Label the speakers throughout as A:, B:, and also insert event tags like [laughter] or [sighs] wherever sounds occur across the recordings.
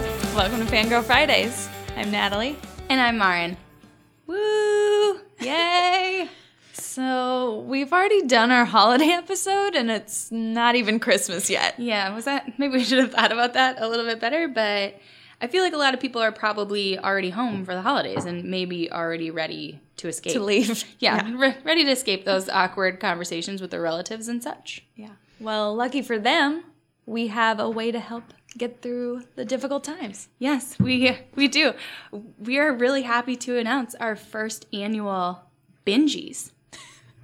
A: to Fangirl Fridays. I'm Natalie.
B: And I'm Marin.
A: Woo! Yay! so, we've already done our holiday [laughs] episode and it's not even Christmas yet.
B: Yeah, was that maybe we should have thought about that a little bit better, but I feel like a lot of people are probably already home for the holidays and maybe already ready to escape.
A: To leave.
B: Yeah, re- ready to escape those awkward conversations with their relatives and such.
A: Yeah. Well, lucky for them, we have a way to help get through the difficult times.
B: Yes, we we do. We are really happy to announce our first annual bingies,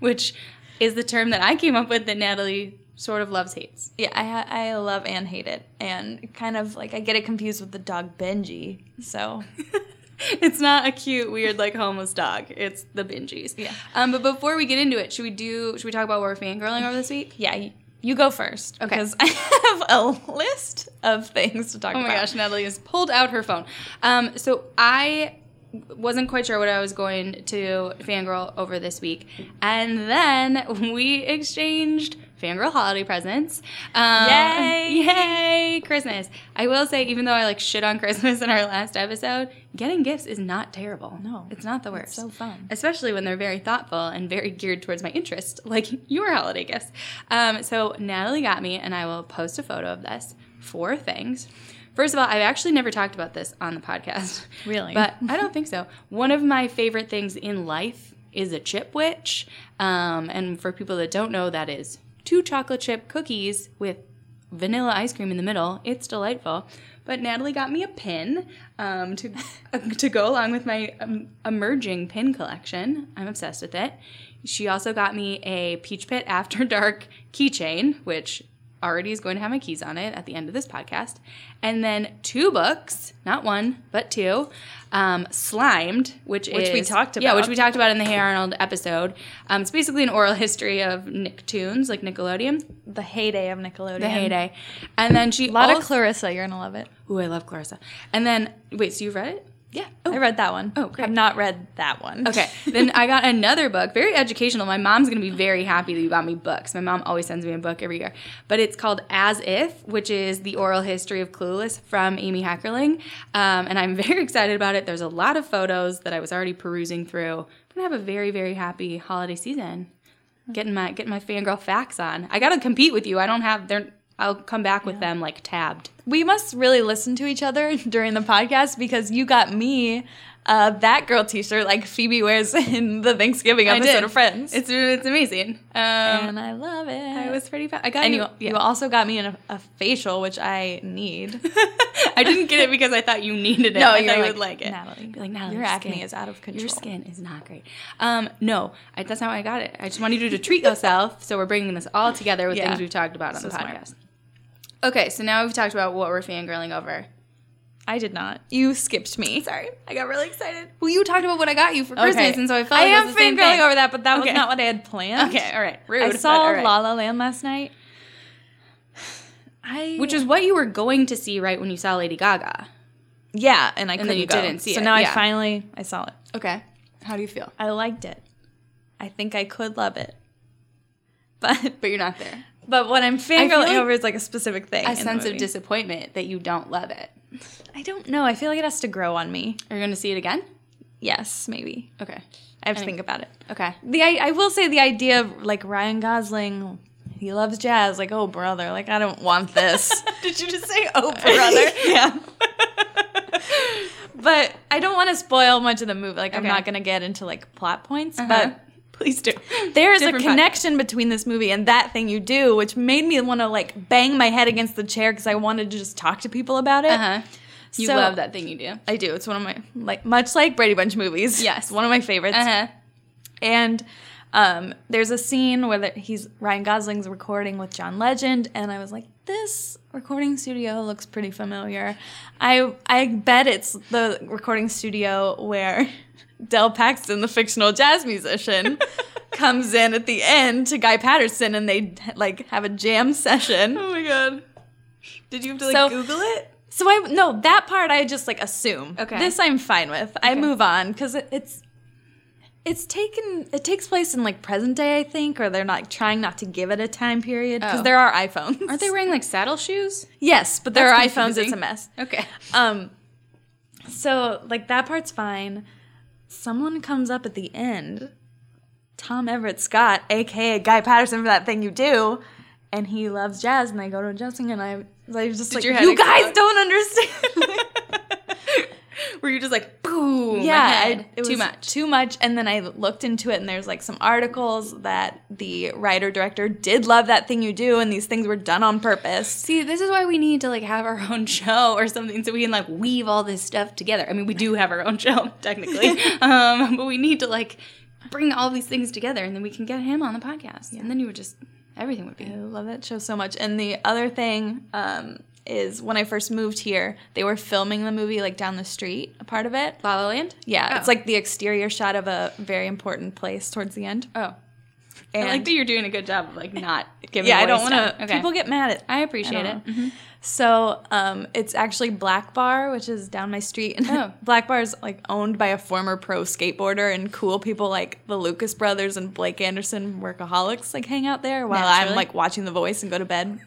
B: which is the term that I came up with that Natalie sort of loves hates.
A: Yeah, I ha- I love and hate it, and kind of like I get it confused with the dog Benji. [laughs] So
B: It's not a cute, weird, like homeless dog. It's the bingies.
A: Yeah.
B: Um, but before we get into it, should we do? Should we talk about what we're fangirling over this week?
A: yeah, y- you go first
B: Okay.
A: because [laughs] I have a list of things to talk
B: Oh
A: about.
B: my gosh, Natalie has pulled out her phone. Um, so I wasn't quite sure what I was going to fangirl over this week. And then we exchanged fangirl holiday presents. Um,
A: Yay!
B: Yay! Christmas. I will say, even though I like shit on Christmas in our last episode, getting gifts is not terrible.
A: No.
B: It's not the worst
A: It's so fun.
B: especially when they're very thoughtful and very geared towards my interest, [laughs] like your holiday gifts. Um, so Natalie got me, and I will post a photo of this. Four things. First of all, I've actually never talked about this on the podcast.
A: Really?
B: But I don't think so. One of my favorite things in life is a chip witch. Um, and for people that don't know, that is two chocolate chip cookies with vanilla ice cream in the middle. It's delightful. But Natalie got me a pin um, to [laughs] to go along with my um, emerging pin collection. I'm obsessed with it. She also got me a Peach Pit After Dark [laughs] keychain, which already is going to have my keys on it at the end of this podcast. And then two books, not one, but two. Um, Slimed, which,
A: Which we
B: is-
A: talked
B: Yeah, which
A: about.
B: we talked about in the Hey Arnold episode. Um, it's basically an oral history of Nicktoons, like Nickelodeon,
A: The heyday of Nickelodeon.
B: the heyday. And then she
A: A lot
B: also,
A: of Clarissa. You're gonna love it.
B: Ooh, I love Clarissa. And then, wait, so you've read it?
A: Yeah, I read that one.
B: Oh, great.
A: I've not read that one.
B: Okay. then I got another book, very educational. My mom's going to be very happy that you got me books. My mom always sends me a book every year. But it's called As If, which is the oral history of Clueless from Amy Hackerling. Um, and I'm [laughs] very excited about it. There's a lot of photos that I was already perusing through. I'm going to have a very, very happy holiday season. Getting my getting my fangirl facts on. I gotta compete with you. I don't have. They're, I'll come back with them like tabbed.
A: We must really listen to each other [laughs] during the podcast because you got me a That Girl t shirt like Phoebe wears [laughs] in the Thanksgiving
B: I
A: episode
B: did.
A: of Friends.
B: It's it's amazing. Um,
A: and I love it.
B: I was pretty. Fa- I got
A: and
B: you.
A: you,
B: yeah.
A: you also got me an, a facial, which I [laughs] need.
B: I didn't get it because I thought you needed it.
A: No,
B: I
A: you
B: thought
A: were
B: you would
A: like,
B: like it.
A: Natalie,
B: Be like Natalie,
A: your acne
B: skin-
A: is out of control."
B: Your skin is not great. Um, no, I, that's not how I got it. I just wanted you to treat yourself. So we're bringing this all together with
A: Yeah.
B: things we've talked about on
A: So
B: the
A: smart.
B: podcast. Okay, so now we've talked about what we're fangirling over.
A: I did not. You skipped me.
B: Sorry, I got really excited. Well, you talked about what I got you for
A: Okay.
B: Christmas, and so I felt
A: I
B: like it
A: am
B: was the same
A: fangirling
B: thing.
A: over that, but that
B: Okay.
A: was not what I had planned.
B: Okay, all right. Rude.
A: I
B: but
A: saw
B: all right.
A: La La Land last night. I
B: which is what you were going to see right when you saw Lady Gaga.
A: yeah, and I
B: then
A: couldn't
B: you
A: go.
B: didn't see
A: so
B: it,
A: now
B: yeah.
A: I finally I saw it.
B: Okay, how do you feel?
A: I liked it. I think I could love it. [laughs] But
B: But you're not there.
A: but what I'm
B: feel
A: fangirling
B: like
A: over is like a specific thing.
B: A
A: in the
B: sense of
A: movie.
B: disappointment that you don't love it.
A: I don't know. I feel like it has to grow on me.
B: Are you going to see it again?
A: Yes, maybe.
B: Okay.
A: I have to think about it.
B: [laughs] Okay.
A: The I, I will say the idea of like Ryan Gosling, he loves jazz. Like oh brother, like I don't want this.
B: [laughs] Did you just say,
A: [laughs]
B: oh, [laughs]
A: yeah. but I don't want to spoil much of the movie. Like I'm
B: Okay.
A: not gonna get into like plot points,
B: Uh-huh.
A: but please do. There is a
B: Different podcast.
A: connection between this movie and that thing you do, which made me want to like bang my head against the chair because I wanted to just talk to people about it.
B: Uh huh. You
A: So-
B: love that thing you do.
A: Uh-huh. I do. It's one of my like much like Brady Bunch movies.
B: Yes.
A: one of my favorites.
B: Uh huh.
A: And um, there's a scene where the, he's Ryan Gosling's recording with John Legend, and I was like, this recording studio looks pretty familiar. I I bet it's the recording studio where [laughs] Del Paxton, the fictional jazz
B: [laughs]
A: musician, comes in at the end to Guy Patterson, and they like have a jam session.
B: Oh my god. Did you have to
A: like,
B: Google it?
A: So I no that part I just like assume.
B: Okay.
A: This I'm fine with. I
B: Okay.
A: move on because it, it's it's taken it takes place in like present day I think or they're not trying not to give it a time period because
B: Oh.
A: there are iPhones.
B: Aren't they wearing like saddle shoes?
A: Yes, but there
B: That's
A: are iPhones. It's a [laughs]
B: confusing.
A: mess.
B: Okay.
A: Um, So, like, that part's fine. Someone comes up at the end, Tom Everett Scott, aka Guy Patterson, for that thing you do, and he loves jazz, and I go to a jazz thing, and I, I was just
B: Did
A: like,
B: your head
A: you guys
B: explode?"
A: don't understand.
B: Were you just like, boom? my
A: yeah,
B: head,
A: I- it
B: too
A: was
B: much.
A: too much. And then I looked into it, and there's like some articles that the writer director did love that thing you do, and these things were done on purpose.
B: See, this is why we need to like have our own [laughs] show or something so we can like weave all this stuff together. I mean, we do have our own [laughs] show technically,
A: [laughs]
B: um, but we need to like bring all these things together and then we can get him on the podcast. And then you would just, everything would be.
A: I love that show so much. And the other thing um, is when I first moved here, they were filming the movie like down the street, a part of it.
B: La La Land?
A: Yeah,
B: Oh.
A: it's like the exterior shot of a very important place towards the end.
B: Oh.
A: And
B: I like that you're doing a good job of like not
A: [laughs]
B: giving
A: yeah, I
B: away
A: don't want
B: stuff.
A: to.
B: Okay.
A: People get mad at. Mm-hmm.
B: I appreciate
A: I
B: it. Mm-hmm.
A: don't know. So um, it's actually Black Bar, which is down my street. [laughs] And
B: Oh.
A: Black Bar is like owned by a former pro skateboarder, and cool people like the Lucas brothers and Blake Anderson, workaholics, like hang out there while
B: Naturally.
A: I'm like watching The Voice and go to [laughs] bed.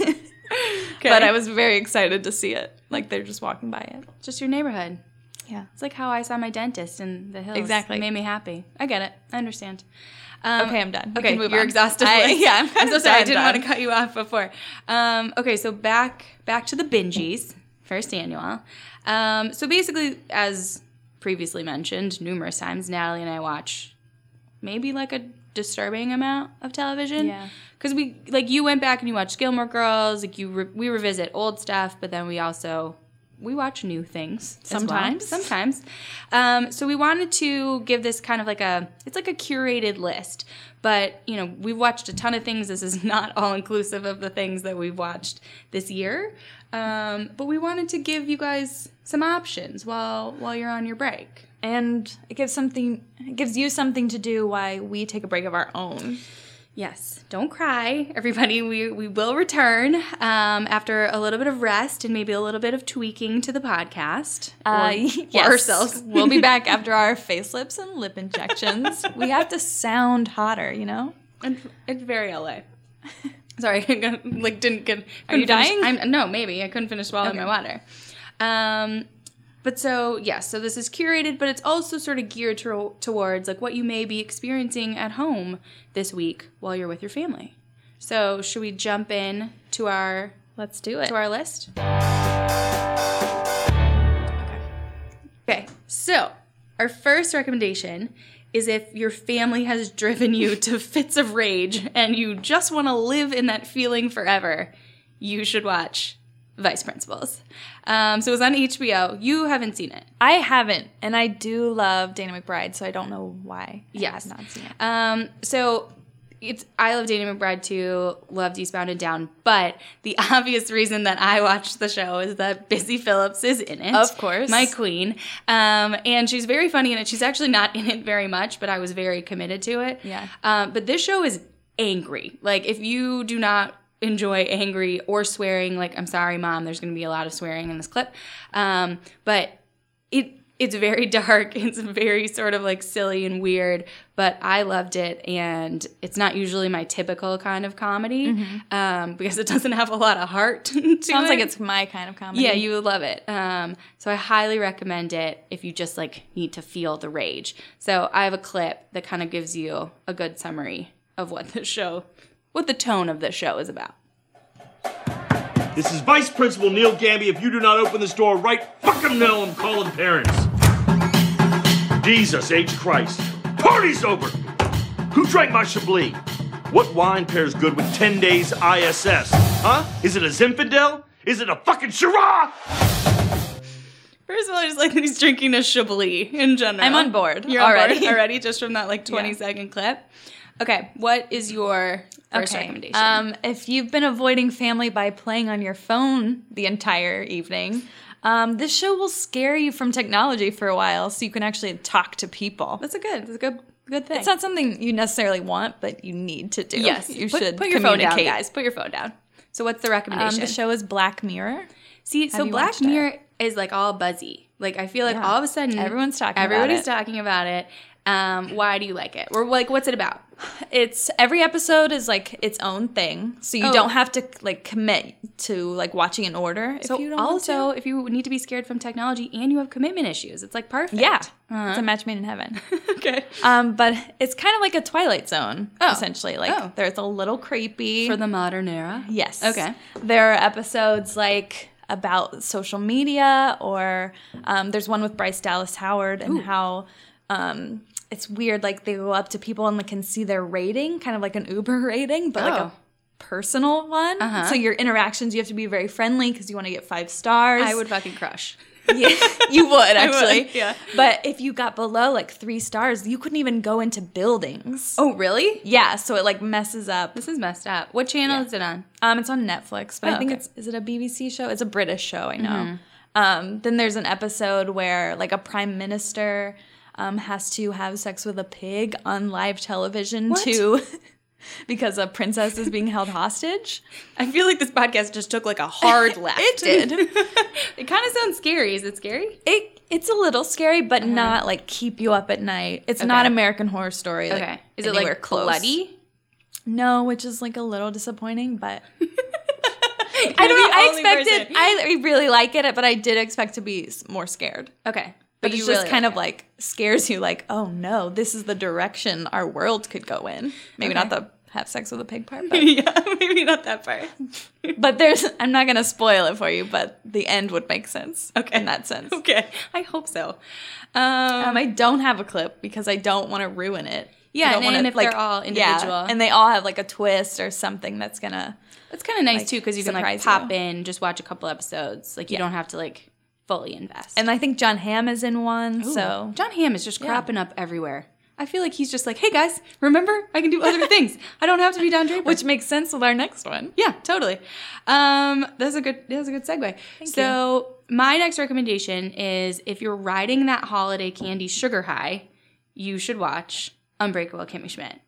B: Okay.
A: But I was very excited to see it. Like they're just walking by it.
B: just your neighborhood.
A: Yeah.
B: It's like how I saw my dentist in the hills.
A: Exactly.
B: It made me happy. I get it. I understand. Um,
A: Okay, I'm done. We
B: Okay,
A: can move
B: you're
A: on.
B: exhausted.
A: I-
B: [laughs]
A: [laughs]
B: list.
A: yeah, I'm kinda
B: so sorry. I
A: done,
B: didn't
A: done.
B: want to cut you off before. Um, okay, so back back to the bingies, first annual. Um, so basically, as previously mentioned numerous times, Natalie and I watch maybe like a disturbing amount of television.
A: Yeah.
B: Because we like you went back and you watched Gilmore Girls. Like you, re- we revisit old stuff, but then we also we watch new things as well.
A: Sometimes.
B: Sometimes. Um, so we wanted to give this kind of like a it's like a curated list, but you know we've watched a ton of things. This is [laughs] not all inclusive of the things that we've watched this year, um, but we wanted to give you guys some options while while you're on your break.
A: And it gives something it gives you something to do while we take a break of our own.
B: Yes, don't cry, everybody. We we will return um, after a little bit of rest and maybe a little bit of tweaking to the podcast
A: Uh,
B: or,
A: [laughs]
B: [laughs] or
A: yes.
B: ourselves.
A: we'll
B: [laughs]
A: be back after our face lips and lip injections. we have to sound hotter, you know?
B: And it's very LA. [laughs] Sorry, [laughs] I got- like didn't get.
A: Are you
B: couldn't finish-
A: dying?
B: I'm, no, maybe I couldn't finish swallowing my water. Um, but so yes, so this is curated, but it's also sort of geared to, towards like what you may be experiencing at home this week while you're with your family. So should we jump in to our
A: Let's do it.
B: to our list? Okay, so our first recommendation is if your family has driven you to [laughs] fits of rage and you just want to live in that feeling forever, you should watch Vice Principals. Um, so it was on HBO. You haven't seen it.
A: I haven't, and I do love Dana McBride, so I don't know why.
B: Yes.
A: I have not seen it.
B: Um, so it's I love Dana McBride too, loved Eastbound and Down, but the [laughs] obvious reason that I watched the show is that Busy Phillips is in it.
A: Of course.
B: My queen. Um, and she's very funny in it. She's actually not in it very much, but I was very committed to it.
A: Yeah.
B: Um, but this show is angry. Like if you do not enjoy angry or swearing, like I'm sorry, mom, there's gonna be a lot of swearing in this clip. Um, but it it's very [laughs] dark. It's very sort of like silly and weird, but I loved it. And it's not usually my typical kind of comedy um, because it doesn't have a lot of heart. [laughs] to
A: Mm-hmm. Sounds like
B: it.
A: it's my kind of comedy.
B: Yeah, you would love it. Um, so I highly recommend it if you just like need to feel the rage. So I have a clip that kind of gives you a good summary of what the show, what the tone of the show is about.
C: This is Vice Principal Neil Gamby. If you do not open this door right fucking now, I'm calling parents. Jesus H. Christ. Party's over. Who drank my Chablis? What wine pairs good with 10 days ISS? Huh? Is it a Zinfandel? Is it a fucking Shiraz?
B: First of all, I just like that he's drinking a Chablis in general.
A: I'm on board
B: You're already
A: already.
B: [laughs] already just from that like twenty
A: Yeah.
B: second clip. Okay, what is your first
A: Okay.
B: recommendation?
A: Um, if you've been avoiding family by playing on your phone the entire evening, um, this show will scare you from technology for a while, so you can actually talk to people.
B: that's a good, that's a good, good thing.
A: It's not something you necessarily want, but you need to do.
B: yes,
A: you
B: put,
A: should
B: put your phone down,
A: communicate.
B: guys. Put your phone down. So what's the
A: Um,
B: recommendation?
A: the show is Black Mirror.
B: See, so
A: you
B: Black
A: watched it?
B: Mirror is like all buzzy. Like I feel like
A: Yeah.
B: all of a sudden
A: Everyone's talking about
B: Everybody's
A: it.
B: talking about it. Um, why do you like it? Or like, what's it about?
A: It's every episode is like its own thing, so you
B: Oh.
A: don't have to like commit to like watching in order if
B: So
A: you don't. want to.
B: also, if you need to be scared from technology and you have commitment issues, it's like perfect.
A: yeah,
B: Uh-huh.
A: it's a match made in heaven.
B: [laughs] okay.
A: um, but it's kind of like a Twilight Zone,
B: Oh.
A: essentially. Like
B: Oh.
A: there's a little creepy
B: For the modern era.
A: Yes.
B: Okay.
A: There are episodes like about social media, or um, there's one with Bryce Dallas Howard and how um, it's weird. Like they go up to people and like can see their rating, kind of like an Uber [laughs] rating, but like
B: Oh.
A: a personal one.
B: Uh-huh.
A: So your interactions, you have to be very friendly because you want to get five stars.
B: I would fucking crush.
A: [laughs] Yeah, you
B: [laughs]
A: would actually.
B: yeah.
A: But if you got below like three stars, you couldn't even go into buildings.
B: Oh, really?
A: Yeah, so it like messes up.
B: This is messed up. What channel is it on?
A: Um, it's on Netflix, but
B: Oh,
A: I think
B: okay. Mm-hmm.
A: it's is it a BBC show? It's a British show, I know. Um, then there's an episode where like a prime minister um, has to have sex with a pig on live television
B: What?
A: to [laughs] because a princess is being held hostage.
B: I feel like this podcast just took like a hard [laughs] left. it
A: did.
B: it kind of sounds scary. Is it scary?
A: It it's a little scary, but not like keep you up at night. It's not
B: Uh-huh. Okay.
A: American Horror Story. Like,
B: Okay. Is it
A: anywhere
B: like bloody?
A: No, which is like a little disappointing,
B: [laughs]
A: but
B: I
A: I don't know. I expected I really like it, but I did expect to be s- more scared.
B: okay.
A: But it's
B: you
A: just
B: really
A: kind
B: like
A: of like scares you, like, oh no, this is the direction our world could go in. Maybe not the have sex with a pig part,
B: [laughs]
A: but,
B: it. yeah, maybe not that part.
A: but there's, I'm not gonna spoil it for you, but the end would make sense
B: Okay.
A: in that sense.
B: Okay. I hope so. Um,
A: Um, I don't have a clip because I don't want to ruin it.
B: Yeah,
A: I don't
B: and- and if they're all individual.
A: and they all have like a twist or something that's gonna.
B: it's kind of nice
A: like,
B: too because you can like
A: surprise
B: pop
A: you.
B: in, just watch a couple episodes. Like you don't have to like fully invest.
A: And I think John Hamm is in one, so
B: John Hamm is just cropping up everywhere. I feel like he's just like, hey guys, remember I can do [laughs] other things. I don't have to be Don Draper.
A: which makes sense with our next one.
B: Yeah, totally. Um, that's a good that's a good segue. so my next recommendation is if you're riding that holiday candy sugar high, you should watch Unbreakable Kimmy Schmidt.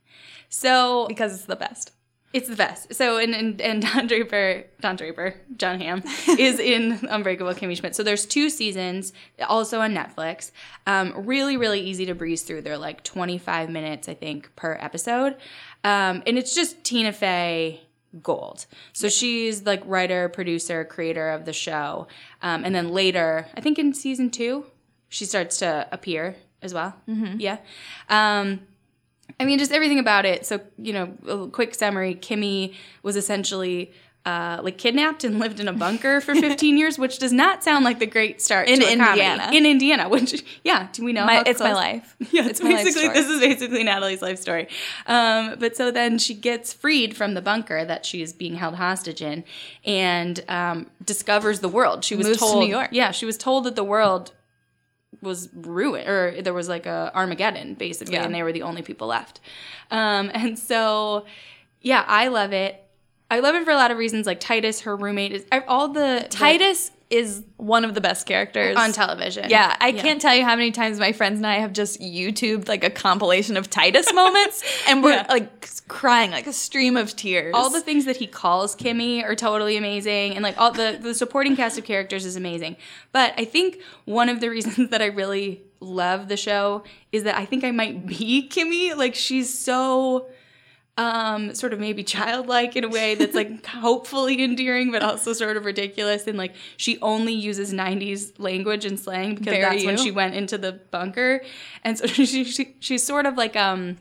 B: So
A: because it's the best.
B: it's the best. So and and, and [laughs] Don Draper, Don Draper, John Hamm is in Unbreakable Kimmy Schmidt. So there's two seasons, also on Netflix. Um, really, really easy to breeze through. They're like 25 minutes, I think, per episode, um, and it's just Tina Fey gold. So she's like writer, producer, creator of the show, um, and then later, I think in season two, she starts to appear as well. Mm-hmm. Yeah. Um, I mean, just everything about it. So, you know, a quick summary Kimmy was essentially. Uh, like kidnapped and [laughs] lived in a
A: [laughs]
B: bunker for 15 years, which does not sound like the great start
A: In
B: to a comedy.
A: Indiana.
B: In Indiana, [laughs] which yeah, do we know?
A: My,
B: how
A: it's my
B: close-
A: life.
B: [laughs] yeah,
A: it's
B: it's
A: my life
B: basically
A: story.
B: this is basically Natalie's life story. Um, but so then she gets freed from the bunker that she is being held hostage in, and um, discovers the world. She was
A: Moves to
B: told,
A: New York.
B: yeah, she was told that the world was ruined, or there was like a Armageddon basically,
A: Yeah.
B: and they were the only people left. Um, [laughs] and so, yeah, I love it. I love it for a lot of reasons. Like Titus, her roommate is all the
A: Titus is one of the best characters
B: on television.
A: Yeah, I can't tell you how many times my friends and I have just YouTubed like a compilation of Titus [laughs] moments, and we're
B: Yeah.
A: like crying like a stream of tears.
B: all the things that he calls Kimmy are totally amazing, and like all the the supporting cast of characters is amazing. But I think one of the reasons [laughs] that I really love the show is that I think I might be [laughs] Kimmy. Like she's so um sort of maybe childlike in a way
A: [laughs]
B: that's like hopefully endearing but also sort of ridiculous and like she only uses 90s language and slang because
A: Very
B: that's when
A: you.
B: she went into the bunker and so [laughs] she, she she's sort of like um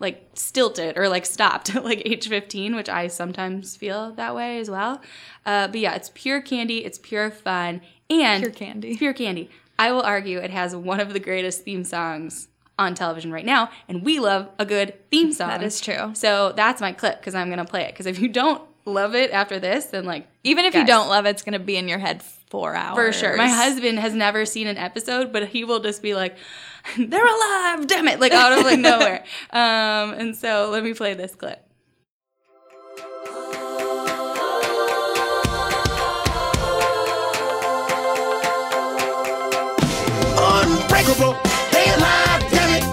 B: like stilted or like stopped [laughs] at like age 15 which i sometimes feel that way as well uh, but yeah it's pure candy it's pure fun and
A: Pure candy.
B: pure candy i will argue it has one of the greatest theme songs on television right now and we love a good theme song
A: is true.
B: so that's my clip because i'm gonna play it because if you don't love it after this then like
A: even if you
B: guys.
A: don't love it, it's gonna be in your head four hours
B: for sure. My husband has never seen an episode, but he will just be like, "They're alive, damn it!" Like out
A: [laughs]
B: of like nowhere. Um, and so let me play this clip.
D: Unbreakable. They alive, damn it.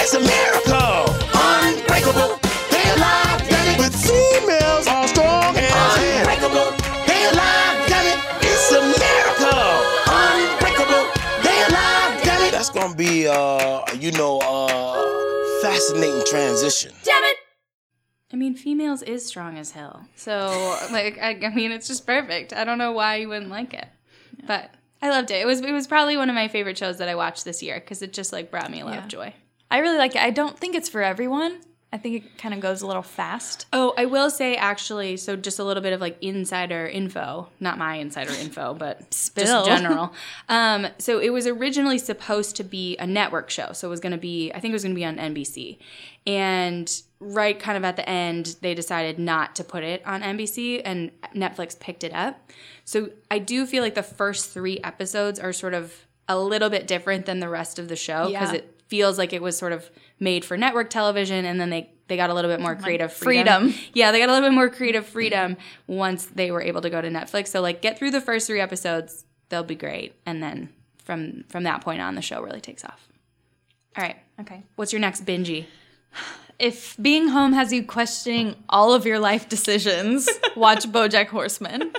D: It's a miracle. Unbreakable. They alive, damn it. But females are strong as Unbreakable. They alive, damn it. It's a miracle. Unbreakable. They alive, damn it. That's gonna be, uh, you know, uh, fascinating transition.
B: I mean, females is strong as hell. So, like, I, I mean, it's just perfect. I don't know why you wouldn't like it, but I loved it. It was it was probably one of my favorite shows that I watched this year because it just like brought me a lot
A: Yeah.
B: of joy.
A: I really like it. I don't think it's for everyone. I think it kind of goes a little fast.
B: Oh, I will say actually, so just a little bit of like insider info, not my insider info, but
A: Still.
B: just general. Um, so it was originally supposed to be a network show. So it was going to be, I think it was going to be on NBC. And right kind of at the end, they decided not to put it on NBC and Netflix picked it up. So I do feel like the first three episodes are sort of a little bit different than the rest of the show because
A: Yeah.
B: it feels like it was sort of made for network television and then they they got a little bit more creative freedom.
A: freedom.
B: Yeah, they got a little bit more creative freedom once they were able to go to Netflix. So like get through the first 3 episodes, they'll be great and then from from that point on the show really takes off. All right.
A: Okay.
B: What's your next bingey?
A: If being home has you questioning all of your life [laughs] decisions, watch BoJack Horseman.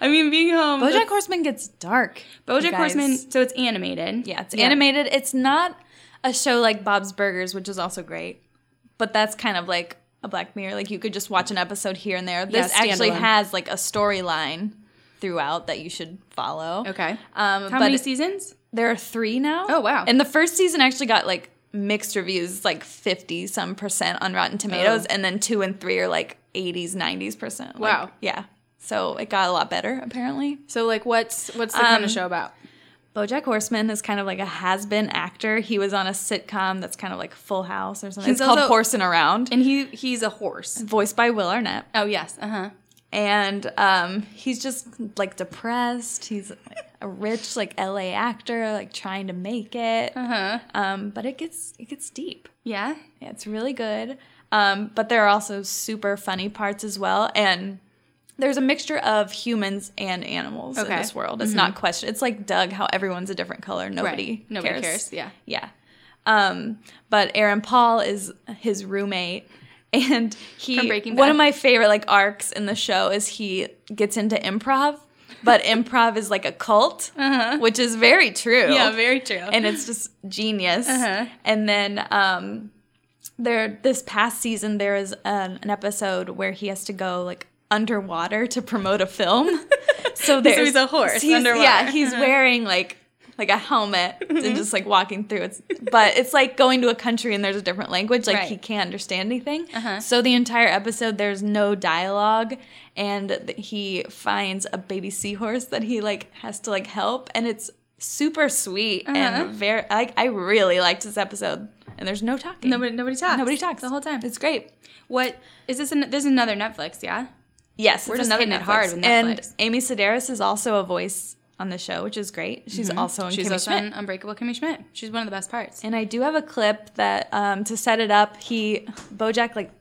B: I mean, being home.
A: BoJack Horseman gets dark. you
B: BoJack
A: guys.
B: Horseman. So it's animated.
A: Yeah, it's animated. It's not a show like Bob's Burgers, which is also great, but that's kind of like a Black Mirror. Like you could just watch an episode here and there. This actually
B: standalone.
A: has like a storyline throughout that you should follow.
B: Okay.
A: Um,
B: How
A: but
B: many seasons?
A: there are three now.
B: Oh, wow.
A: And the first season actually got like mixed reviews, like fifty some percent on Rotten Tomatoes,
B: Oh.
A: and then two and three are like eighties, nineties percent. Like,
B: Wow.
A: Yeah. So it got a lot better apparently.
B: So like, what's what's the kind of show about?
A: BoJack Horseman is kind of like a has-been actor. He was on a sitcom that's kind of like Full House or something.
B: He's
A: it's called
B: also-
A: Horsin' Around,
B: And he he's a horse.
A: voiced by Will Arnett.
B: Oh yes. Uh huh.
A: And um, he's just like depressed. He's like, a rich like LA actor, like trying to make it.
B: Uh huh.
A: Um, but it gets it gets deep.
B: Yeah.
A: Yeah, It's really good. Um, but there are also super funny parts as well. And there's a mixture of humans and animals
B: Okay. Mm-hmm.
A: in this world. It's not question. It's like Doug, how everyone's a different color. Nobody
B: Right. Nobody cares. Yeah.
A: Yeah. Um, but Aaron Paul is his roommate. And he,
B: From Breaking
A: one
B: Bad.
A: of my favorite like arcs in the show is he gets into improv,
B: [laughs]
A: but improv is like a cult, which is very true
B: Uh-huh. Very true. And
A: and it's just genius.
B: Uh-huh.
A: And then um, there, this past season, there is an, an episode where he has to go like underwater to promote a
B: [laughs]
A: film. so there's
B: he's a horse
A: he's-
B: underwater.
A: Yeah, he's
B: Uh-huh.
A: wearing like like a helmet
B: Mm-hmm.
A: and just like walking through. It's but it's like going to a country and there's a different language. Like
B: Right. Uh-huh.
A: he can't understand anything. So the entire episode, there's no dialogue, and th- he finds a baby seahorse that he like has to like help, and it's super sweet
B: Uh-huh.
A: and very like I really liked this episode. And there's no talking.
B: nobody nobody talks.
A: Nobody talks
B: the whole time.
A: It's great.
B: What is this? An, there's another Netflix. Yeah.
A: Yes,
B: We're
A: it's
B: just
A: another
B: hitting it
A: Netflix.
B: hard with
A: And
B: Netflix.
A: Amy Sedaris is also a voice on the show, which is great. She's also in
B: Mm-hmm. She's
A: Kimmy
B: also
A: Schmidt.
B: on Unbreakable Kimmy Schmidt. She's one of the best parts.
A: And I do have a clip that um, to set it up. He Bojack like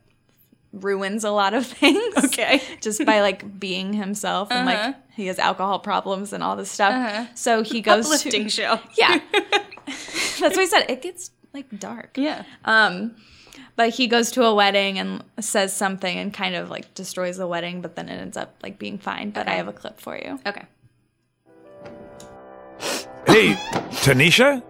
A: ruins a lot of [laughs] things.
B: [laughs] Okay.
A: just by like being himself and
B: Uh-huh.
A: like he has alcohol problems and all this stuff.
B: Uh-huh.
A: So he goes
B: Uplifting
A: to
B: show.
A: [laughs]
B: [laughs]
A: yeah. That's what I said. It gets like dark.
B: Yeah.
A: Um, but he goes to a wedding and says something and kind of like destroys the wedding, but then it ends up like being fine. But I
B: Okay.
A: have a clip for you.
B: Okay.
E: Hey, Tanisha?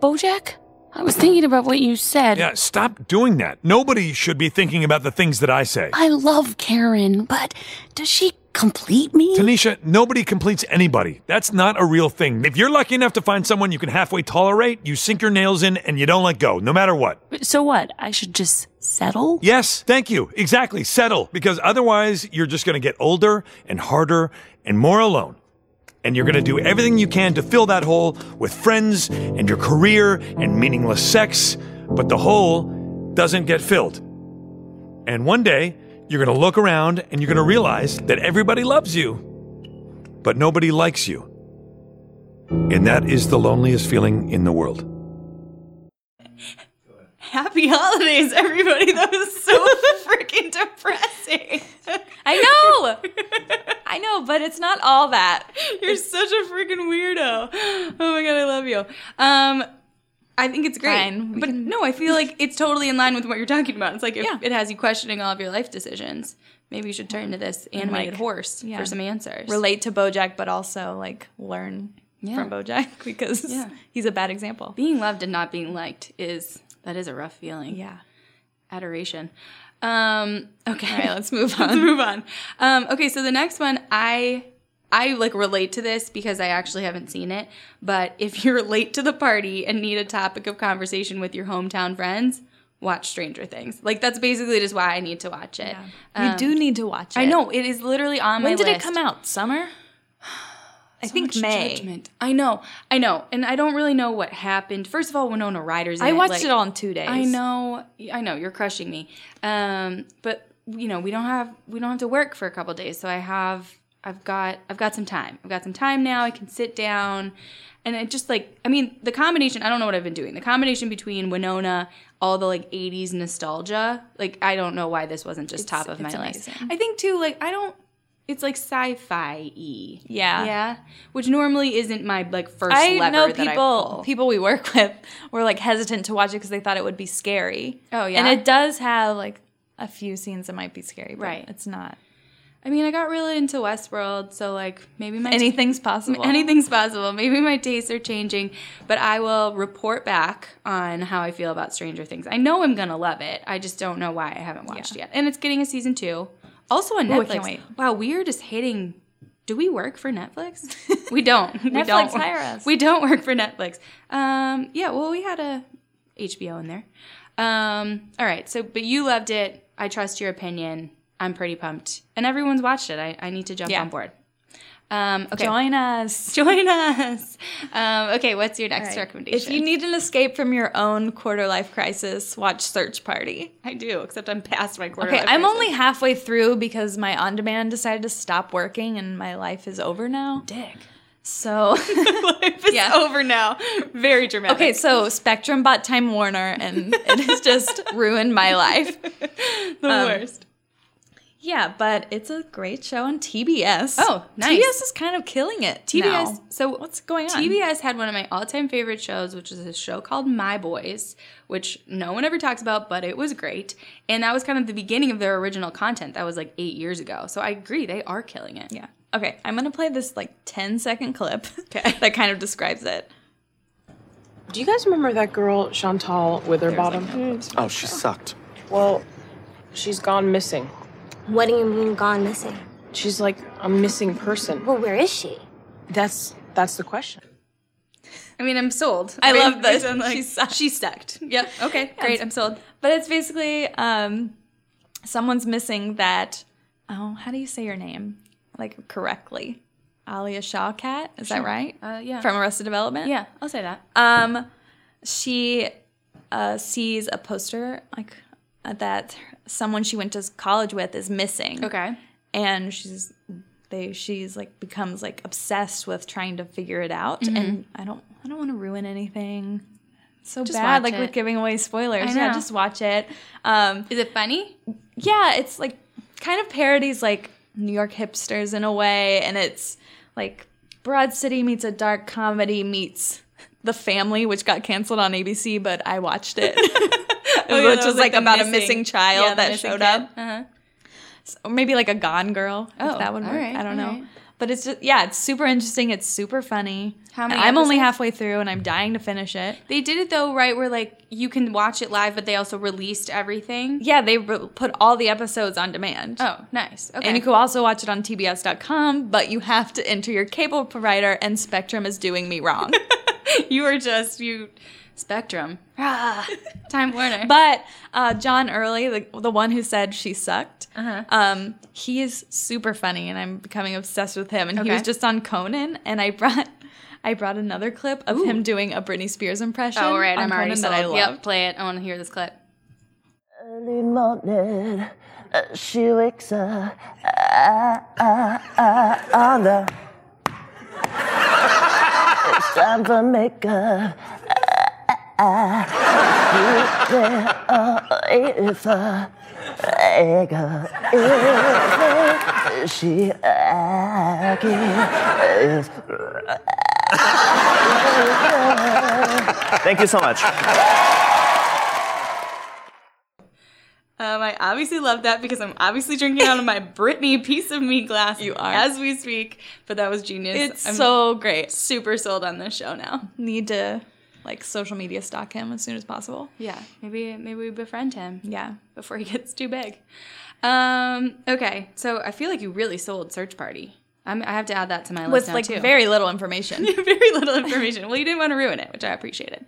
F: Bojack? I was thinking about what you said.
E: Yeah, stop doing that. Nobody should be thinking about the things that I say.
F: I love Karen, but does she complete me?
E: Tanisha, nobody completes anybody. That's not a real thing. If you're lucky enough to find someone you can halfway tolerate, you sink your nails in and you don't let go, no matter what.
F: so what? I should just settle?
E: Yes, thank you. Exactly. Settle. Because otherwise, you're just going to get older and harder and more alone. And you're going to do everything you can to fill that hole with friends and your career and meaningless sex. But the hole doesn't get filled. And one day, you're going to look around and you're going to realize that everybody loves you, but nobody likes you. And that is the loneliest feeling in the world.
B: Happy holidays, everybody. That was
A: [laughs]
B: so freaking depressing.
A: I know,
B: [laughs]
A: I know, but it's not all that.
B: You're such a freaking weirdo. Oh my god, I love you. Um I think it's great.
A: Fine, we
B: but
A: can-
B: no, I feel [laughs] like it's totally in line with what you're talking about. It's like if
A: Yeah.
B: it has you questioning all of your life decisions, maybe you should turn to this animated
A: like,
B: horse
A: yeah.
B: for some answers.
A: Relate to BoJack, but also like learn
B: Yeah.
A: from BoJack [laughs] because
B: Yeah.
A: he's a bad example.
B: being loved and not being liked is That is a rough feeling.
A: Yeah.
B: Adoration. Um, okay.
A: All right, let's move
B: [laughs] Let's
A: on.
B: move on. Um, okay, so the next one, I I like relate to this because I actually haven't seen it. But if [laughs] you're late to the party and need a topic of conversation with your hometown friends, watch Stranger Things. Like that's basically just why I need to watch it.
A: you do need to watch it.
B: I know it is literally on my
A: Um, When did it
B: list.
A: come out? [sighs] Summer? I think
B: Much
A: May.
B: judgment. I know, I know, and I don't really know what happened. First of all, Winona Ryder's. In
A: I watched
B: like-
A: it all in two days.
B: I know, I know, you're crushing me. Um, but you know, we don't have we don't have to work for a couple days, so I have I've got I've got some time. I've got some time now. I can sit down, and it just like I mean the combination. I don't know what I've been doing. The combination between Winona, all the like '80s nostalgia. Like I don't know why this wasn't just top of my
A: it's
B: list.
A: amazing.
B: I think too. Like I don't. It's like sci-fi e.
A: Yeah.
B: Yeah. Which normally isn't my like first
A: I
B: lever
A: know
B: that I
A: people
B: pull.
A: people we work [laughs] with were like hesitant to watch it because they thought it would be scary.
B: Oh, yeah?
A: and it does have like a few scenes that might be scary, but
B: Right.
A: It's not
B: I mean, I got really into Westworld, so like maybe my
A: anything's possible.
B: anything's possible. Maybe my tastes are changing, but I will report back on how I feel about Stranger Things. I know I'm gonna love it. I just don't know why I haven't watched
A: Yeah.
B: yet, and it's getting a season two. Also on
A: Ooh, I
B: Netflix.
A: can't wait.
B: Wow, we are just hitting. Do we work for
A: [laughs]
B: Netflix? we don't. We
A: Netflix,
B: don't.
A: hire us.
B: We don't work for Netflix. Um, yeah. Well, we had a HBO in there. Um, all right. So, but you loved it. I trust your opinion. I'm pretty pumped, and everyone's watched it. I, I need to jump
A: Yeah.
B: on board. Um, okay.
A: Join us.
B: Join us. Um, okay, what's your next recommendation?
A: If you need an escape from your own quarter life crisis, watch Search Party.
B: I do, except I'm past my quarter.
A: Okay,
B: life
A: I'm
B: crisis.
A: only halfway through because my on demand decided to stop working and my life is over now.
B: dick.
A: So,
B: life is
A: Yeah. [laughs]
B: over now. Very dramatic.
A: okay, so Spectrum bought Time Warner
B: [laughs]
A: and it has just ruined my life.
B: the
A: um,
B: worst.
A: Yeah, but it's a great show on TBS.
B: Oh, nice.
A: TBS is kind of killing it.
B: TBS.
A: now.
B: So
A: What's going on?
B: TBS had one of my all-time favorite shows, which was a show called My Boys, which no one ever talks about, but it was great. And that was kind of the beginning of their original content. That was like eight years ago. So I agree, they are killing it.
A: Yeah. Okay, I'm gonna play this like 10 second clip [laughs] that kind of describes it.
G: Do you guys remember that girl, Chantal Witherbottom?
H: Oh, she sucked.
G: well, she's gone missing.
F: What do you mean gone missing?
G: She's like a missing person.
F: Well, where is she?
G: That's that's the question.
B: I mean, I'm sold.
A: I love
B: this.
A: this.
B: I'm like,
A: She
B: [laughs]
A: sucked.
B: She sucked. Yep. Okay. Great. I'm sold.
A: But it's basically um, someone's missing that. Oh, how do you say your name like correctly? Alia Shawkat, is that right?
B: Uh, yeah.
A: From Arrested Development.
B: Yeah, I'll say that.
A: Um, she uh, sees a poster like uh, that someone she went to college with is missing.
B: Okay.
A: and she's they she's like becomes like obsessed with trying to figure it out
B: Mm-hmm.
A: and i don't i don't want to ruin anything It's so bad
B: watch
A: like we're
B: it.
A: giving away spoilers
B: I know.
A: yeah just watch it um
B: Is it funny?
A: yeah it's like kind of parodies like new york hipsters in a way and it's like broad city meets a dark comedy meets the family which got canceled on abc but i watched
B: [laughs]
A: it [laughs]
B: Oh, yeah,
A: which was,
B: that was,
A: like,
B: like, the
A: about a
B: missing-
A: missing child
B: yeah, the
A: that
B: missing
A: showed
B: kid. Uh-huh.
A: up or maybe like a Gone Girl.
B: Oh,
A: if that would work.
B: alright,
A: I don't know.
B: alright.
A: But it's just yeah, it's super interesting. It's super funny.
B: How many
A: And I'm only
B: episodes?
A: halfway through, and I'm dying to finish it.
B: They did it though, right? Where like you can watch it live, but they also released everything.
A: Yeah, they re- put all the episodes on demand.
B: Oh, nice. Okay.
A: And you can also watch it on TBS.com, but you have to enter your cable provider, and Spectrum is doing me
B: [laughs]
A: wrong.
B: you are just you, Spectrum, Ah, [laughs] Time Warner.
A: but uh, John Early, the, the one who said she sucked,
B: Uh-huh.
A: um, he is super funny, and I'm becoming obsessed with him. And
B: Okay.
A: he was just on Conan, and I brought I brought another clip of him doing a Britney Spears impression.
B: oh, right.
A: on
B: I'm already
A: Conan
B: sold.
A: that I love.
B: Yep. Play it. I want to hear this clip.
I: Early morning, uh, she wakes up ah, ah, ah, on the. [laughs] It's time for makeup. Uh, Ah, ah, ah. You there, oh, if a egg, if she ah, is.
H: Thank you so much.
B: Um, I obviously love that because I'm obviously drinking out of [laughs] my Britney piece of me glass. You
A: are.
B: as we speak. But that was genius.
A: It's
B: I'm
A: so great.
B: super sold on this show now.
A: Need to like social media stalk him as soon as possible.
B: Yeah, maybe maybe we befriend him.
A: Yeah.
B: before he [laughs] gets too big. Um, okay, so I feel like you really sold Search Party. I'm, I have to add that to my list
A: With
B: now
A: like
B: too. [laughs]
A: very little information. [laughs]
B: very little information. Well, you didn't want to ruin it, which I appreciated.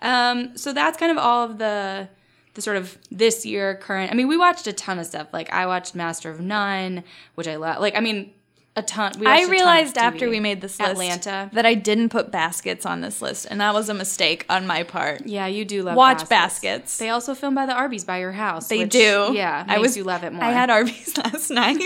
B: Um, so that's kind of all of the the sort of this year current. I mean, we watched a ton of stuff. Like I watched Master of None, which I love. Like I mean, a ton. We watched a
A: I
B: ton of
A: realized
B: TV.
A: after we made this list
B: Atlanta.
A: that I didn't put baskets on this list, and that was a mistake on my part.
B: Yeah, you do love
A: Watch
B: baskets.
A: baskets.
B: They also film by the Arby's by your house.
A: They
B: which,
A: do.
B: Yeah,
A: I
B: makes
A: was
B: you love it more.
A: I had Arby's [laughs] last night.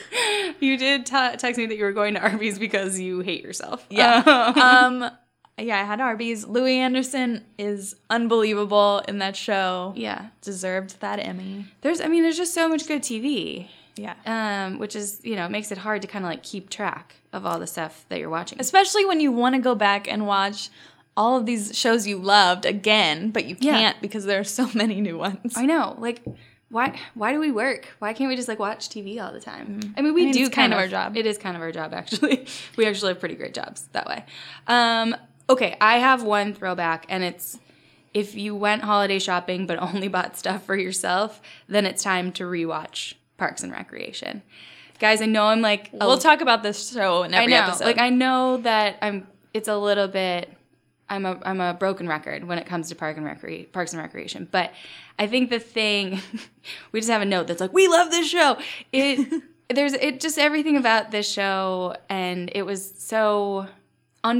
B: [laughs] you did t- text me that you were going to Arby's because you hate yourself. [laughs]
A: Yeah. um yeah, I had Arby's. Louis Anderson is unbelievable in that show.
B: yeah.
A: Deserved that Emmy.
B: There's, I mean, there's just so much good TV,
A: Yeah.
B: um, which is, you know, makes it hard to kind of like keep track of all the stuff that you're watching.
A: Especially when you want to go back and watch all of these shows you loved again, but you
B: Yeah.
A: can't because there are so many new ones.
B: I know, like, why, why do we work? Why can't we just like watch TV all the time? I mean, we
A: Mm-hmm. mean,
B: do
A: it's kind of our job.
B: It is kind of our job, actually. [laughs] we actually have pretty great jobs that way. Um, okay, I have one throwback, and it's if you went holiday shopping but [laughs] only bought stuff for yourself, then it's time to rewatch Parks and Recreation. Guys, I know I'm like a
A: We'll talk about this show in every
B: I know.
A: episode.
B: Like I know that I'm. It's a little bit. I'm a I'm a broken record when it comes to park and recre- parks and recreation, but I think the thing [laughs] we just have a note that's like we love this show.
A: [laughs]
B: It there's it just everything about this show, and it was so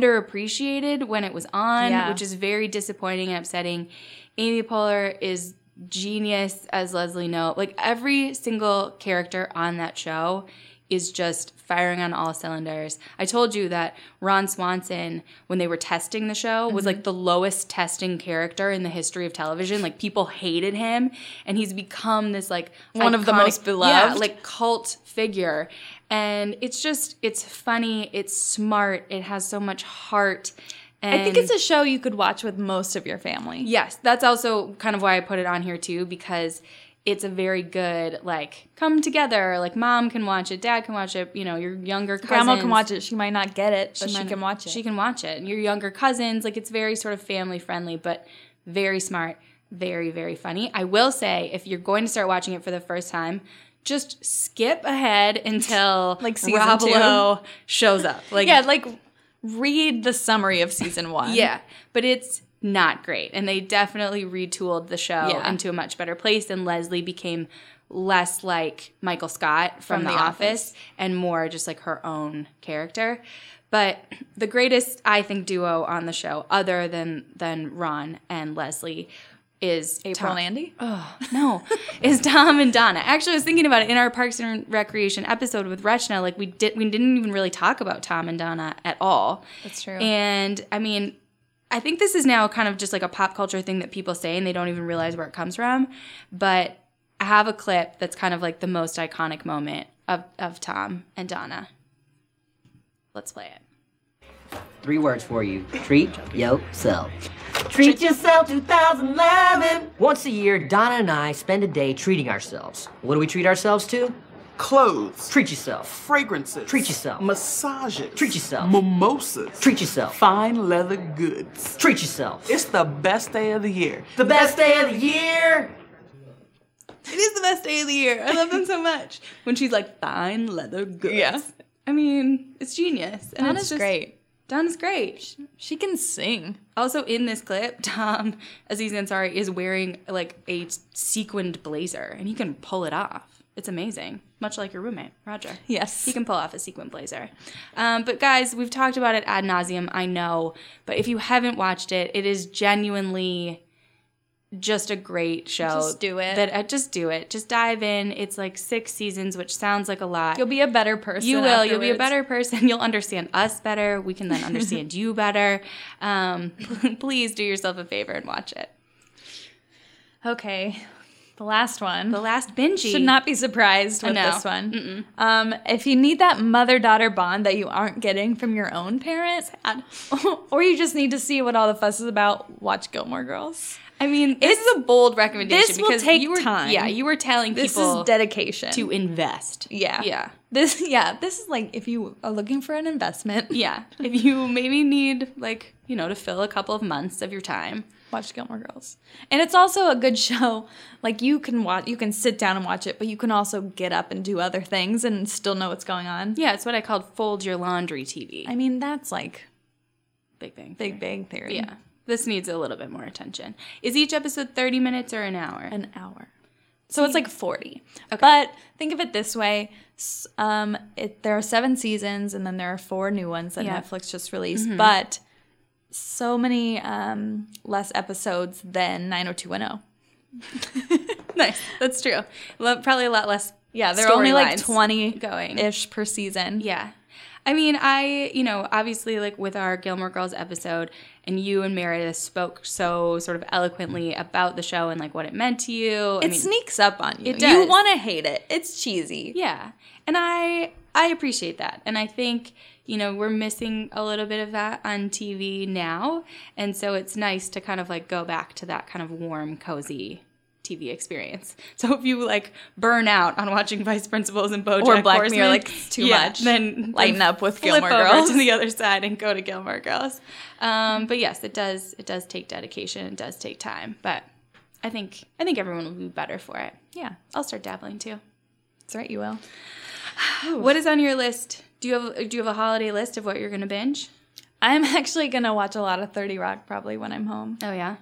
B: underappreciated when it was on,
A: Yeah.
B: which is very disappointing and upsetting. Amy Poehler is genius as Leslie No. Like every single character on that show is just firing on all cylinders. I told you that Ron Swanson when they were testing the show was
A: Mm-hmm.
B: like the lowest testing character in the history of television. Like people hated him and he's become this like
A: One of the most
B: yeah,
A: beloved.
B: like cult figure and it's just it's funny it's smart it has so much heart and
A: I think it's a show you could watch with most of your family.
B: yes that's also kind of why i put it on here too because it's a very good like come together like mom can watch it dad can watch it you know your younger cousins
A: Grandma can watch it. She might not get it, but she,
B: might-
A: can watch it.
B: She can watch it. And your younger cousins, like it's very sort of family friendly, but very smart, very, very funny. I will say, if you're going to start watching it for the first time, just skip ahead until
A: [laughs] Like season
B: Rob
A: two.
B: Lowe shows up. Like
A: yeah, like read the summary of season one.
B: yeah, but it's not great. And they definitely retooled the show
A: Yeah.
B: into a much better place. And Leslie became less like Michael Scott from,
A: From
B: The,
A: The
B: office, and more just like her own character. But the greatest, I think, duo on the show, other than than Ron and Leslie, is
A: April
B: Tom-
A: and Andy.
B: no, is Tom and Donna. Actually, I was thinking about it in our Parks and Recreation episode with Rechna. Like we did, we didn't even really talk about Tom and Donna at all.
A: That's true.
B: And I mean, I think this is now kind of just like a pop culture thing that people say and they don't even realize where it comes from. But I have a clip that's kind of like the most iconic moment of, of Tom and Donna. Let's play it.
H: Three words for you. Treat yourself. Treat yourself 2011. Once a year, Donna and I spend a day treating ourselves. What do we treat ourselves to?
J: Clothes,
H: Treat yourself.
J: fragrances,
H: Treat yourself.
J: massages,
H: Treat yourself.
J: mimosas,
H: Treat yourself.
J: fine leather goods.
H: Treat yourself.
J: It's the best day of the year.
H: the best day of the year.
B: It is the best day of the year. I love them so much. When she's like, fine leather goods. Yeah. I mean, it's genius. And
A: Donna's
B: it's just,
A: great.
B: Donna's great.
A: She can sing.
B: Also, in this clip, Tom Aziz Ansari is wearing like a sequined blazer, and he can pull it off. It's amazing, much like your roommate Roger.
A: Yes.
B: he can pull off a sequin blazer. Um, but guys, we've talked about it ad nauseum. I know, but if you haven't watched it, it is genuinely just a great show.
A: Just do it.
B: That uh, just do it. Just dive in. It's like six seasons, which sounds like a lot.
A: You'll be a better person.
B: You will. You'll be a
A: afterwards.
B: better person. [laughs] You'll understand us better. We can then [laughs] understand you better. Um, [laughs] please do yourself a favor and watch it.
A: Okay. The last one.
B: The last binge
A: should not be surprised with
B: know.
A: this one. Um, if you need that mother daughter bond that you aren't getting from your own parents, [laughs] or you just need to see what all the fuss is about, watch Gilmore Girls.
B: I mean, this is a bold recommendation.
A: this will
B: because
A: take
B: you were,
A: time.
B: Yeah, you were telling
A: This
B: people
A: is dedication.
B: to invest.
A: Yeah.
B: yeah.
A: This, yeah, this is like if you are looking for an investment.
B: [laughs] Yeah. If you maybe need, like, you know, to fill a couple of months of your time,
A: watch Gilmore Girls. And it's also a good show. Like you can watch, you can sit down and watch it, but you can also get up and do other things and still know what's going on.
B: Yeah, it's what I called fold your laundry TV.
A: I mean, that's like
B: Big Bang.
A: Big Bang Theory.
B: Yeah. This needs a little bit more attention. Is each episode 30 minutes or an hour?
A: an hour. So it's like 40. But think of it this way. S- Um, it, there are seven seasons and then there are four new ones that
B: Yeah. Mm-hmm.
A: Netflix just released. But so many um, less episodes than 90210.
B: [laughs] nice. That's true. Lo- probably a lot less.
A: Yeah, they're only like
B: storylines
A: 20
B: going.
A: ish per season.
B: Yeah. I mean, I, you know, obviously, like with our Gilmore Girls episode, and you and Meredith spoke so sort of eloquently about the show and like what it meant to you.
A: It sneaks up on you.
B: it
A: You
B: does.
A: want to hate it. It's cheesy.
B: Yeah. And I I appreciate that. And I think, you know, we're missing a little bit of that on TV now. And so it's nice to kind of like go back to that kind of warm, cozy TV experience. So if you like burn out on watching Vice Principals and BoJack
A: Black
B: Horseman,
A: Mirror, like, it's too much.
B: then
A: Lighten
B: then
A: up with
B: flip
A: Gilmore
B: over
A: Girls.
B: to the other side and go to Gilmore Girls. Um, but yes, it does. It does take dedication. It does take time. But I think I think everyone will be better for it.
A: Yeah.
B: I'll start dabbling too.
A: That's right, you will.
B: [sighs] What is on your list? Do you have do you have a holiday list of what you're gonna binge?
A: I'm actually going to watch a lot of 30 Rock probably when I'm home.
B: Oh yeah.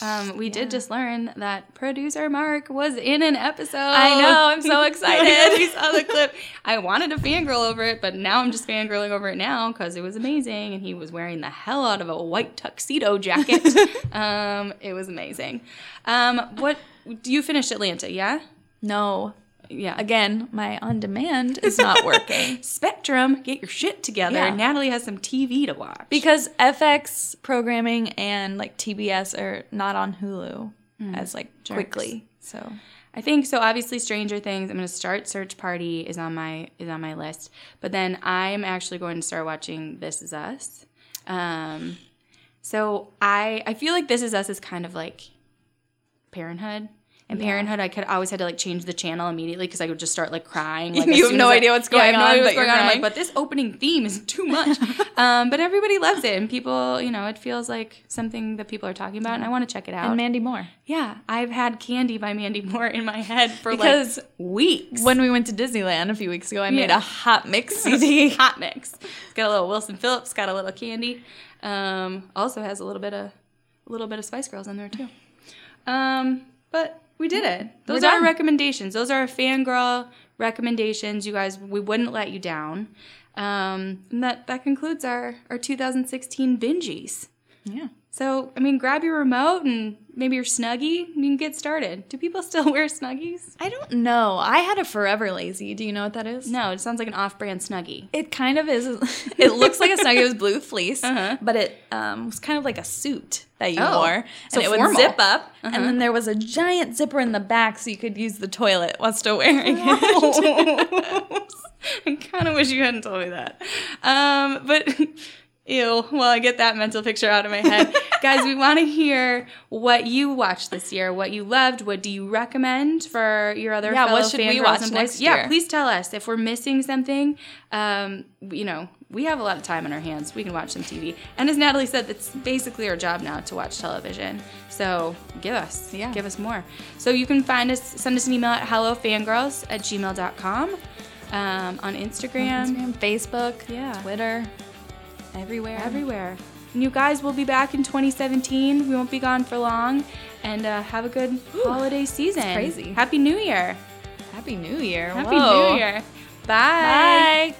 B: Um, we did just learn that producer Mark was in an episode.
A: I know. I'm
B: [laughs]
A: so excited.
B: we saw the clip. I wanted to fangirl over it, but now I'm just fangirling over it now because it was amazing, and he was wearing the hell out of a white tuxedo jacket.
A: [laughs]
B: um, it was amazing. Um, what do you finish Atlanta? Yeah,
A: No.
B: yeah.
A: Again, my on demand is not
B: [laughs]
A: working.
B: Spectrum, get your shit together.
A: Yeah.
B: Natalie has some TV to watch.
A: because FX programming and like TBS are not on Hulu as like quickly. So
B: I think so. Obviously, Stranger Things. I'm gonna start Search Party is on my is on my list, but then I'm actually going to start watching This Is Us. Um, so I I feel like This Is Us is kind of like Parenthood. And Parenthood, I could I always had to like change the channel immediately because I would just start like crying.
A: [laughs]
B: Like,
A: You
B: as
A: have
B: soon
A: no
B: as I-
A: idea what's
B: Yeah, I have
A: going
B: no
A: on,
B: idea what's
A: but you're
B: going on. I'm
A: crying.
B: like, but this opening theme is
A: [laughs]
B: too much. um, but everybody loves it, and people, you know, it feels like something that people are talking about, and I want to check it out.
A: and Mandy Moore.
B: Yeah, I've had Candy by Mandy Moore in my head for
A: Because
B: like weeks.
A: When we went to Disneyland a few weeks ago, I made
B: Yeah.
A: a hot mix [laughs] CD.
B: hot mix. It's got a little Wilson Phillips, got a little Candy. Um, also has a little bit of a little bit of Spice Girls in there too. Um, but we did it. Those
A: We're
B: are our
A: done.
B: recommendations. Those are our fangirl recommendations. You guys, we wouldn't let you down. Um, and that that concludes our our 2016 bingies.
A: yeah.
B: So, I mean, grab your remote and maybe your snuggie. and You can get started. Do people still [laughs] wear snuggies?
A: I don't know. I had a forever lazy. Do you know what that is?
B: No, it sounds like an off-brand snuggie.
A: It kind of is. [laughs] It looks like a snuggie. It [laughs] was blue fleece, but it um, was kind of like a suit that you
B: Oh,
A: wore,
B: so
A: and it
B: formal.
A: would zip up, and then there was a giant zipper in the back, so you could use the toilet while still wearing it.
B: [laughs] I kind of wish you hadn't told me that. Um, but [laughs] ew, well, I get that mental picture out of
A: [laughs]
B: my head. Guys, we want to hear what you watched this year, what you loved, what do you recommend for your other
A: Yeah,
B: fellow
A: what should we
B: fangirls
A: watch
B: and boys?
A: next
B: Yeah,
A: year?
B: please tell us if we're missing something. Um, you know, we have a lot of time on our hands. We can watch some TV. And as Natalie said, that's basically our job now to watch television. So give us,
A: Yeah.
B: give us more. So you can find us, send us an email at hellofangirls at gmail.com, um, on Instagram,
A: Instagram, Facebook,
B: Yeah.
A: Twitter, everywhere.
B: everywhere. And you guys will be back in 2017. We won't be gone for long. And uh, have a good holiday season.
A: crazy.
B: Happy New Year.
A: Happy New Year.
B: Happy
A: Whoa.
B: New Year.
A: Bye.